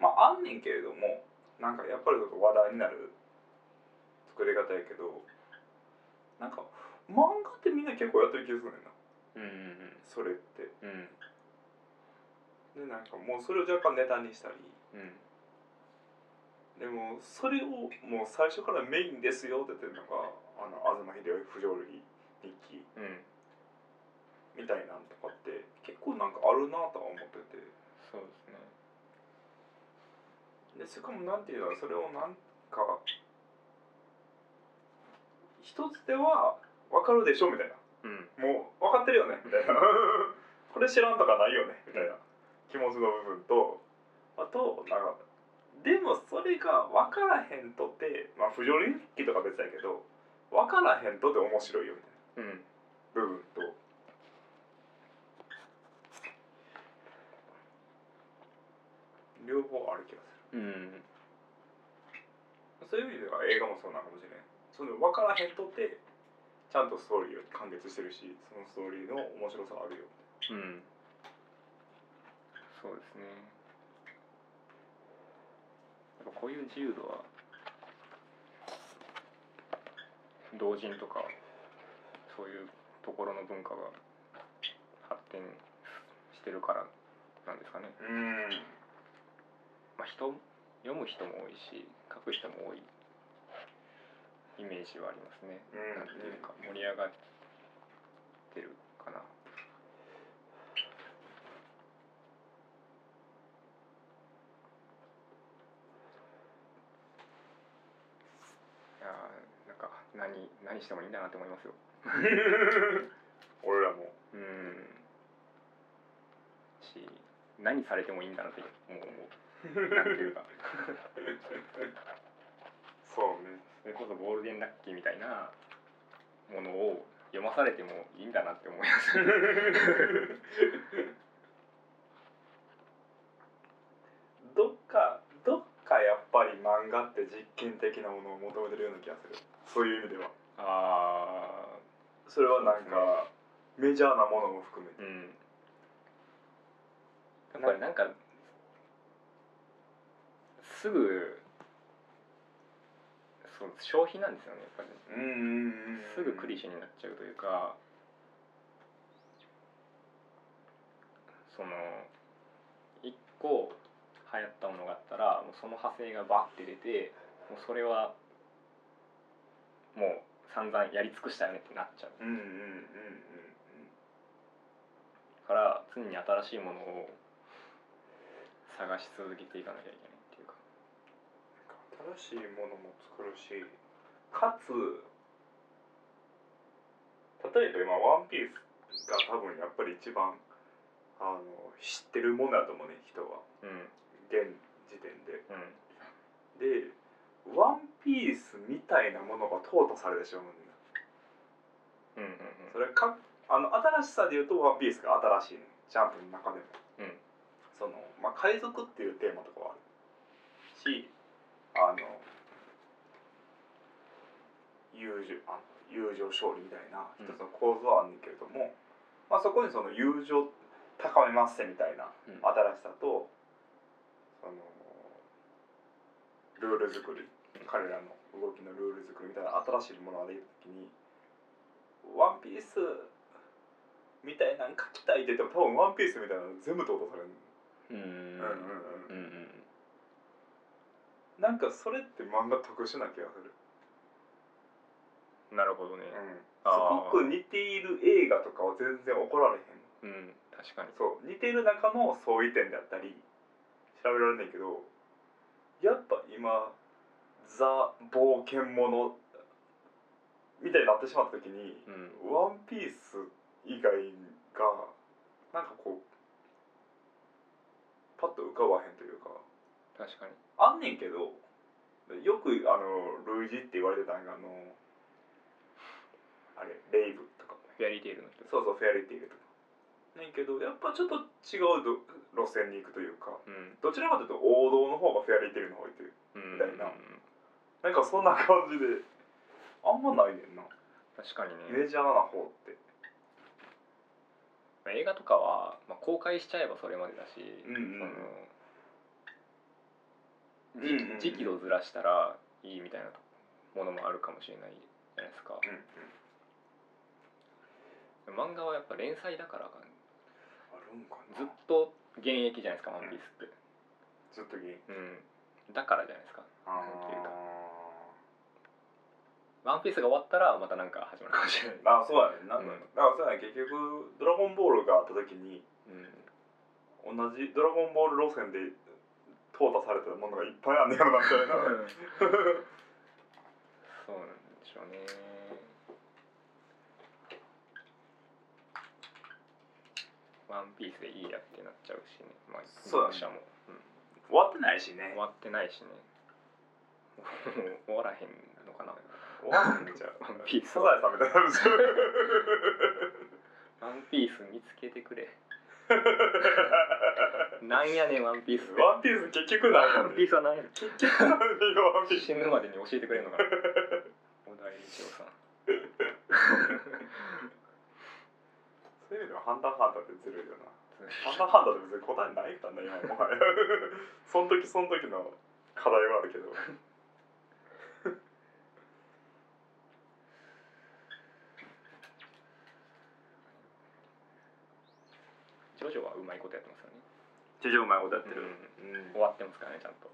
まああんねんけれどもなんかやっぱりちょっと話題になる作り方やけどなんか漫画ってみんな結構やってる気がするねんな
うん
それって
うんうん
でなんかもうそれを若干ネタにしたり
うん
でもそれをもう最初からメインですよって言ってるのがあの東秀夫不条理日記
うん
みたいなんとかって結構なんかあるなとは思ってて
そう
で
ですね
しかもなんていうのそれをなんか一つでは分かるでしょみたいな
うん
もう分かってるよねみたいな これ知らんとかないよねみたいな気持ちの部分とあとなんかでもそれが分からへんとってまあ不条理日記とか別やけど分からへんとって面白いよみたいな。
うん
部分と両方ある気が
うん
するそういう意味では映画もそうなのかもしれないその分からへんとってちゃんとストーリーを完結してるしそのストーリーの面白さがあるよ
うんそうですねやっぱこういう自由度は同人とかそういうところの文化が発展してるからなんですかね
うん
まあ人読む人も多いし書く人も多いイメージはありますね、
うん
なんていうか盛り上がってるかなあーなんか何何してもいいんだなって思いますよ
俺らも
うんし何されてもいいんだなってもう思うなんていうか
そうね
それこそゴールデンラッキーみたいなものを読まされてもいいんだなって思います。
どっかどっかやっぱり漫画って実験的なものを求めてるような気がするそういう意味では
あ
それはなんかメジャーなものも含め
ー
て
うん。やっぱりなんかすぐそう消費なんですよねやっぱり。
うん
すぐクリシェになっちゃうというかその一個流行ったものがあったらもうその派生がバッて出てもうそれはもう散々やり尽くしたよねってなっちゃう
うんうんうんうん
から常に新しいものを探し続けていかなきゃいけないっていうか
新しいものも作るしかつ例えば今「ワンピースが多分やっぱり一番あの知ってるものだと思うね人は
うん
現時点で
うん
で「ワンピースみたいなものが淘汰されてしまうんだよ
うんうん
それかあの新しさで言うと「ワンピースが新しいねジャンプの中でも、
うん
そのまあ、海賊っていうテーマとかはあるしあの友情あ友情勝利みたいな
うん
一つの構造はあるんだけれども、まあ、そこにその友情高めますせみたいな
うん
新しさとそのルール作り彼らの動きのルール作りみたいな新しいものができた時に「ワンピースみたいなん書きたいって言っても多分「ワンピースみたいなの全部淘汰される
うんう
うん
んん
うんうん
う
ん、
うん
なんかそれって漫画特殊な気がする、
うんなるほどね
すごく似ている映画とかは全然怒られへん
うん確かに
そう似ている中の相違点であったり調べられないけどやっぱ今ザ冒険者みたいになってしまった時に
う、ん
ワンピース以外がなんかこうパッと浮かばへんというか
確かに
あんねんけどよくあの類似って言われてたんがあのあれレイブとか
フェアリーテールの人
そうそうフェアリーティールとかねんけどやっぱちょっと違うど路線に行くというか
うん
どちらかというと王道の方がフェアリーティールの方がいてる
うん
みたいな
うん
なんかそんな感じであんまないねんな
確かに
メ
ね、
ジャーな方って
まあ映画とかは、まあ、公開しちゃえばそれまでだし、
うんうんうんうん
その
うんうん
時時期をずらしたらいいみたいなものもあるかもしれないじゃないですか
うんうん
漫画はやっぱ連載だからか
あるんか
ずっと現役じゃないですか「ワンピース
ずっ
って
とゲーム
うんだからじゃないですか
あ
なんていうか「ワンピースが終わったらまたなんか始まるかもしれない、
あそうやねんな、
うん
だからそうやねん結局「ドラゴンボール」があった時に
うん、
同じ「ドラゴンボール」路線で淘汰されてるものがいっぱいあんねやろなみたいな
そうなんでしょうねワンピースでいいやってなっちゃうしねまあ
そうだね
読者も、うん
終わってないしね
終わってないしねもう終わらへんのかな
終わってんねんじゃあ
ワンピース
サザエさんみたいになるでしょ
ワンピース見つけてくれなんやねんワンピースって
ワンピース結局ない
ワ
よ
ンピー
ね
スはなんやねん
ワンピース
死ぬまでに教えてくれるのかな小田栄一郎さん
そういう意味では「ハンターハンター」ってずるいよな「ハンター
あ
ハンター」って別に答えないからね今もはやその時その時の課題はあるけど
ジョジョはうまいことやってますよね
ジョジョうまいことやっうん、
終わってますからねちゃんと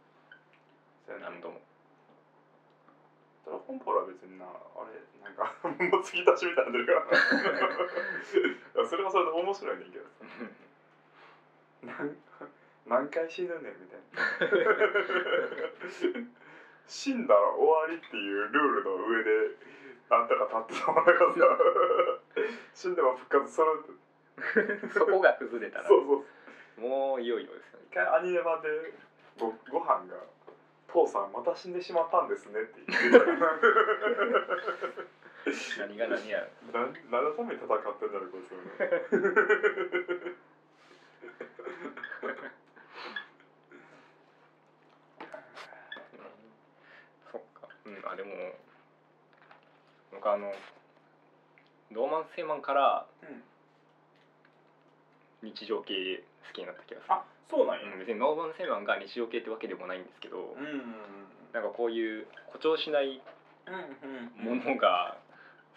そうやな
何 度も
ドラゴンボールは別になあれなんかもう継ぎ足しみたいになってるから いやそれはそれで面白いねんけどなん何回死ぬねんみたいな死んだら終わりっていうルールの上でなんとか立ってたもんだからさ死んでも復活するって
そこが崩れたら
そうそう
もういよいよですよね
一回アニメ版でごご飯が「父さんまた死んでしまったんですね」って言ってた から
何が何やら
何何のために戦ってんだろうこいつは
そっかうんあでも僕あのローマンス・セイマンから
うん
日常系好きになった気がする
あそうなん
うん、別にノーマン・セイマンが日常系ってわけでもないんですけ
う
ど
んうん
なんかこういう誇張しない
うん
ものが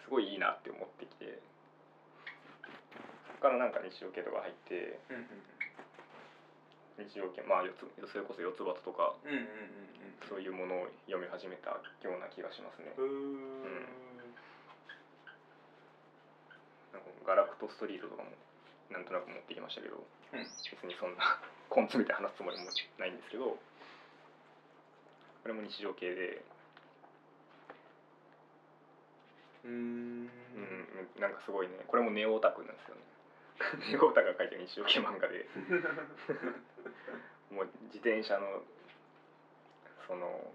すごいいいなって思ってきてそこからなんか日常系とか入って
うん
日常系まあ四つそれこそ四つ葉とか
うんうん
そういうものを読み始めたような気がしますね
うんうんうーん
なんかガラクトストリートとかもなんとなく持ってきましたけ
う
ど、
ん
別にそんな 根詰めて話すつもりもないんですけどこれも日常系で、
うーん
うんなんかすごいねこれもネオオタクなんですよね ネオオタクが書いてる日常系 漫画でもう自転車のその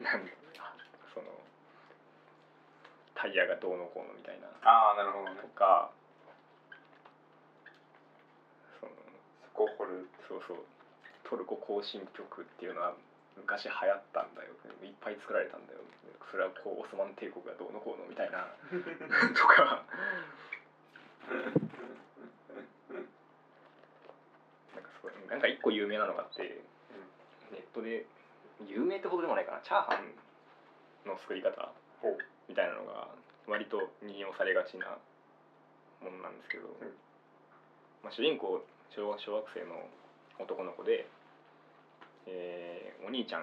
なんそのタイヤがどうのこうのみたいな
ああなるほどね
とかその
そこ掘る
そうそうトルコ行進曲っていうのは昔流行ったんだよいっぱい作られたんだよそれはこうオスマン帝国がどうのこうのみたいなとかなんかすごいなんか一個有名なのがあってネットで有名ってほどでもないかなチャーハンの作り方
ほう
みたいなのが割と引用されがちなものなんですけ
ん
ど、まあ、主人公小小学生の男の子で、えーお兄ちゃん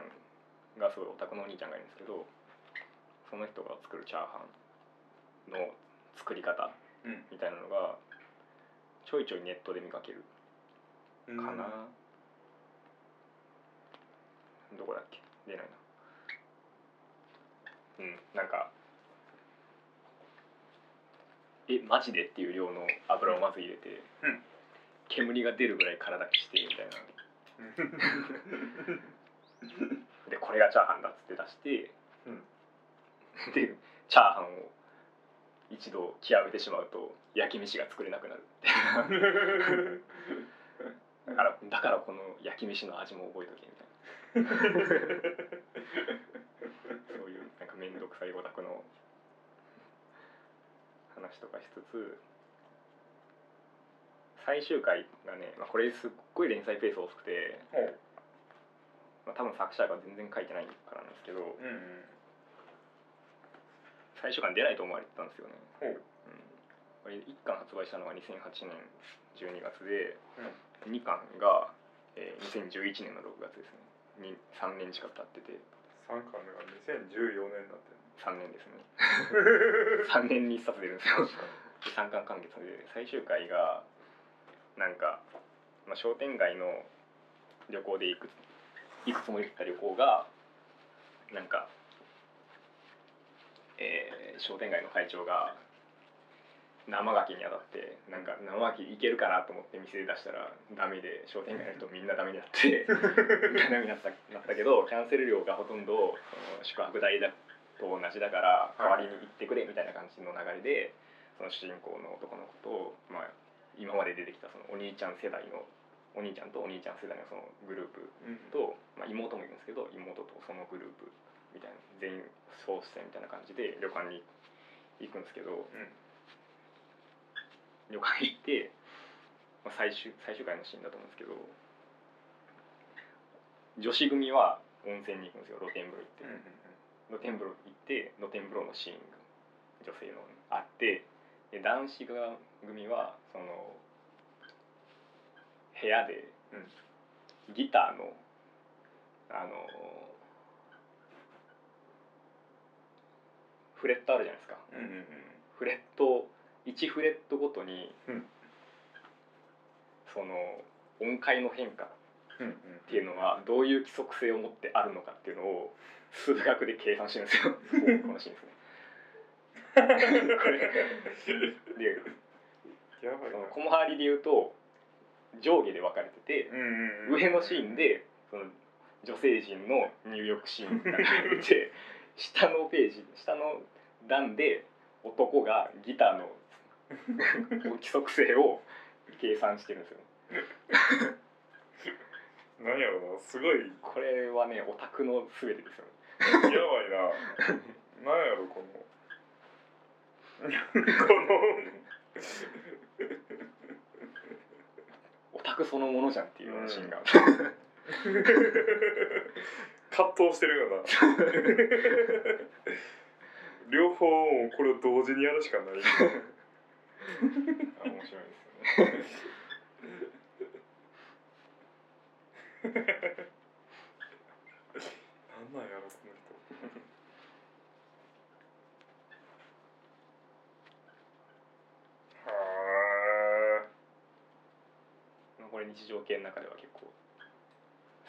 がすごいオタクのお兄ちゃんがいるんですけどその人が作るチャーハンの作り方
うん
みたいなのがちょいちょいネットで見かける
うん
かな、どこだっけ出ないなうんなんかえマジでっていう量の油をまず入れて、
うん
煙が出るぐらい体きしてみたいなでこれがチャーハンだっつって出して、
うん
でチャーハンを一度極めてしまうと焼き飯が作れなくなるってだからだからこの焼き飯の味も覚えとけみたいなそういうなんか面倒くさいオタクの話とかしつつ最終回がね、まあ、これすっごい連載ペース遅くて、まあ、多分作者が全然書いてないからなんですけ
う
ど、
んうん
最初から出ないと思われてたんですよね、
ほう
うん、これ1巻発売したのが2008年12月で、
うん
二2巻が、えー2011年の6月ですねに3年近く経ってて
三巻目が2014年になって
3年ですね
る
3年に1冊出るんですよ で3巻完結で最終回がなんか、まあ、商店街の旅行で行くいくつも行った旅行がなんか、えー商店街の会長が生ガキに当たってなんか生ガキいけるかなと思って店出したらダメで商店街の人みんなダメになってダメになったなったけどキャンセル料がほとんどその宿泊代だと同じだから代わりに行ってくれみたいな感じの流れでその主人公の男の子と、まあ、今まで出てきたそのお兄ちゃん世代のお兄ちゃんとお兄ちゃん世代のそのグループ
うん
と、まあ、妹もいるんですけど妹とそのグループみたいな全員総出演みたいな感じで旅館に行くんですけど
うん
旅館行って、まあ、最終最終回のシーンだと思うんですけど女子組は温泉に行くんですよ露天風呂行って、
うん
露天風呂行って露天風呂のシーンが女性のあってで男子が組はその部屋でギターのあのフレットあるじゃないですか、
うんうんうん
フレット1フレットごとに、
うん
その音階の変化っ
うんうん
ていうのはどういう規則性を持ってあるのかっていうのを数学で計算してるんですよ このシーンですね。これで
やばい
その
な
小回りで言うと上下で分かれてて、
うんうんうん
上のシーンでその女性陣の入浴シーンが出て て下のページ下の段で男がギターの規則性を計算してるんですよ
なんやろなすごい
これはねオタクの全てですよね
やばいな。なんやろこの。こ
オタクそのものじゃんっていうようなシーンが、
の。葛藤してるよな。両方もうこれを同時にやるしかない。
面白いですよね
なんなんやろこの人。は
まあこれ日常系の中では結構好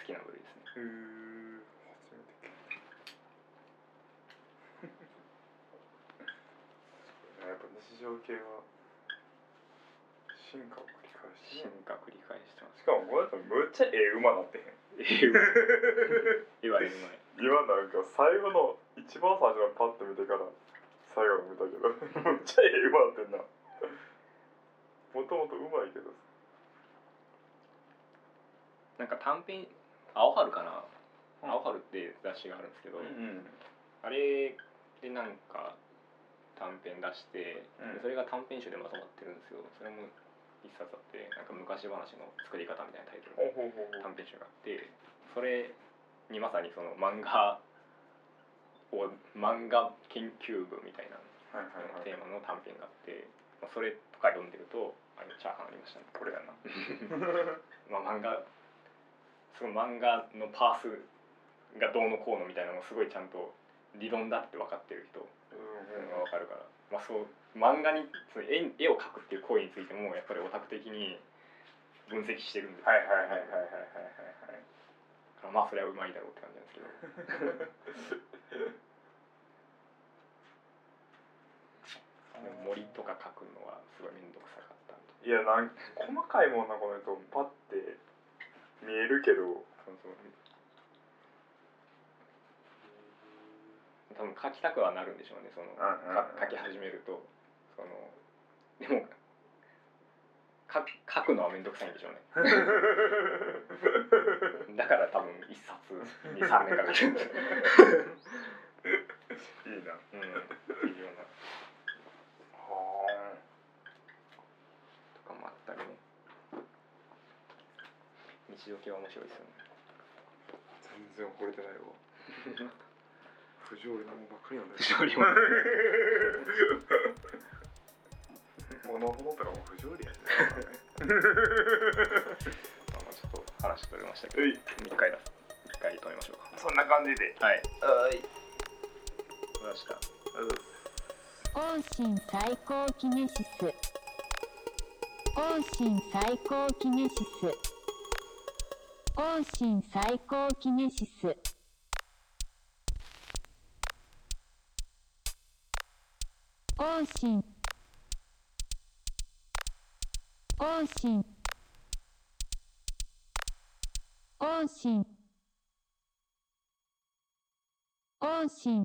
きな部類ですね
ーうー初めて聞いた。やっぱ日常系は進化を繰り返してる
進化繰り返してます
しかもこの人むっちゃええ馬なってへん
言われる前
今なんか最後の一番最初のパッと見てから最後の見たけどむ っちゃええ馬なってんなもともとうまいけど
なんか短編「青春」かな「
うん
青春」って雑誌があるんですけど、
ん
あれでなんか短編出して、
うん
でそれが短編集でまとまってるんですよそれも一冊あってなんか昔話の作り方みたいなタイトルの
ほうほう
短編集があってそれにまさにその漫画を漫画研究部みたいな
はいはいはい
テーマの短編があって、ま あ、それとか読んでると「あれチャーハンありましたねこれだな」まあ漫画その漫画のパースがどうのこうのみたいなのもすごいちゃんと理論だって分かってる人が分かるから、まあ、そう漫画にその絵に絵を描くっていう行為についてもやっぱりオタク的に分析してるんです
はい
よ
はいはいはいはいはいはい
だからまあそれはうまいだろうって感じなんですけどでも森とか描くのはすごい面倒くさかったんで
いやなん細かいもんなこの人パッて見えるけど
そうそう多分書きたくはなるんでしょうねその
うんうんうん
か書き始めるとそのでもか書くのは面倒くさいんでしょうねだから多分一冊に3年か けてる、
いいな
うん、っていうような
は
とかもあったりね日常系は面白いですよね
あ全然惚れてないわ不条理なもんばっかりなんだよ
常理
も のほどとかも不条理やね。
まあちょっと話取れましたけど
うい、
一回だ一回止めましょう
そんな感じで。
かはい
はい。
出した
往診最高キネシス往診最高キネシス往診最高キネシス往診往診往診往診